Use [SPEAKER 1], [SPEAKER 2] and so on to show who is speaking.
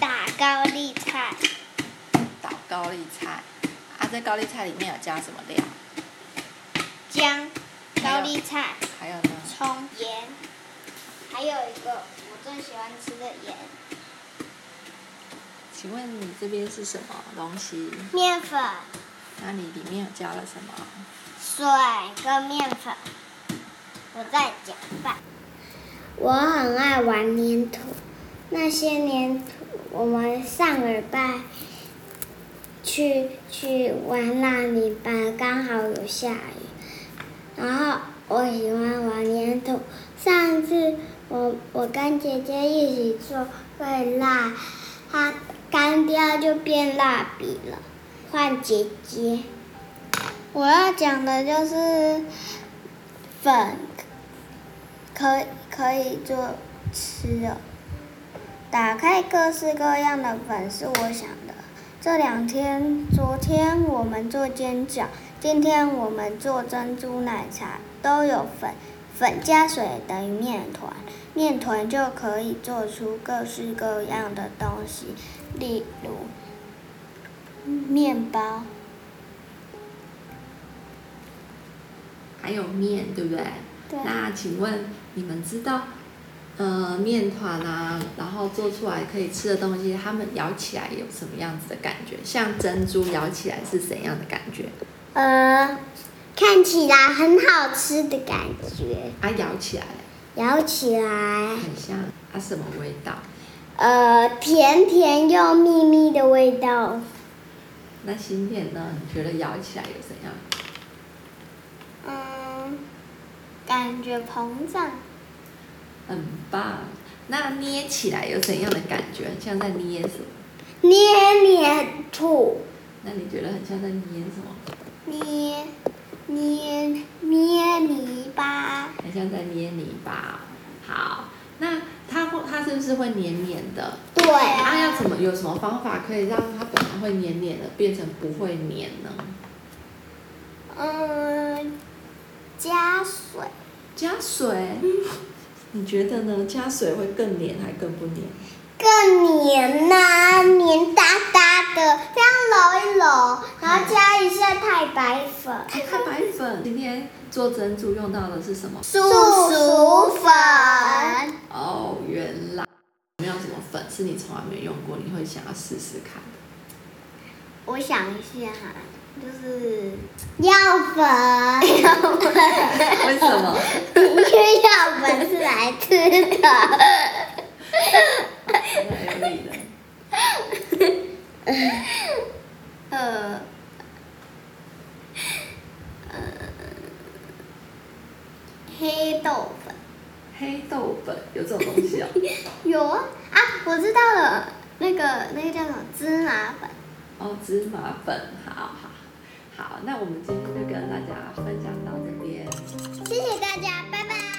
[SPEAKER 1] 那啊高丽菜里面有加什么料？
[SPEAKER 2] 姜、高丽菜、
[SPEAKER 1] 还有呢？
[SPEAKER 2] 葱、盐，还有一个我最喜欢吃的盐，
[SPEAKER 1] 请问你这边是什么东西？
[SPEAKER 2] 面粉、
[SPEAKER 1] 那你里面有加了什么？
[SPEAKER 2] 水跟面粉。我在搅拌。
[SPEAKER 3] 我很爱玩粘土，那些粘土我们上个礼拜去去玩烂泥巴，刚好有下雨，然后我喜欢玩粘土。上次我我跟姐姐一起做会蜡，它干掉就变蜡笔了，换姐姐。我要讲的就是粉可可以做吃的。打开各式各样的粉是我想的。这两天，昨天我们做煎饺，今天我们做珍珠奶茶，都有粉。粉加水等于面团，面团就可以做出各式各样的东西，例如面包。
[SPEAKER 1] 还有面，对不对？
[SPEAKER 3] 对
[SPEAKER 1] 那请问你们知道，呃，面团啊，然后做出来可以吃的东西，它们咬起来有什么样子的感觉？像珍珠咬起来是怎样的感觉？
[SPEAKER 3] 呃，看起来很好吃的感觉，
[SPEAKER 1] 啊，咬起来
[SPEAKER 3] 咬起来，
[SPEAKER 1] 很像啊什么味道？
[SPEAKER 3] 呃，甜甜又蜜蜜的味道。
[SPEAKER 1] 那芯片呢？你觉得咬起来有怎样？
[SPEAKER 3] 嗯，感觉膨胀，
[SPEAKER 1] 很棒。那捏起来有怎样的感觉？像在捏什么？
[SPEAKER 3] 捏黏土，
[SPEAKER 1] 那你觉得很像在捏什么？
[SPEAKER 3] 捏捏捏泥巴，
[SPEAKER 1] 很像在捏泥巴。好，那它会它是不是会黏黏的？
[SPEAKER 3] 对
[SPEAKER 1] 啊，要怎么有什么方法可以让它本来会黏黏的变成不会黏呢？
[SPEAKER 3] 嗯，加水，
[SPEAKER 1] 加水，你觉得呢？加水会更黏还更不黏？
[SPEAKER 3] 更黏呐、黏哒哒的，这样揉一揉，然后加一下太白粉。
[SPEAKER 1] 哎太白粉，今天做珍珠用到的是什么？
[SPEAKER 3] 素薯粉，
[SPEAKER 1] 哦，原来没有什么粉是你从来没用过，你会想要试试看。
[SPEAKER 2] 我想一下哈，就是
[SPEAKER 3] 药粉，
[SPEAKER 1] 为什么？
[SPEAKER 3] 因为药粉是来吃的。
[SPEAKER 1] 太有理了。
[SPEAKER 2] 呃
[SPEAKER 3] 呃黑豆粉
[SPEAKER 1] 黑豆粉有这种东 西哦？
[SPEAKER 3] 有啊啊，我知道了，那个那个叫什么芝麻粉。
[SPEAKER 1] 哦，芝麻粉，好好好，那我们今天就跟大家分享到这边。
[SPEAKER 3] 谢谢大家，拜拜。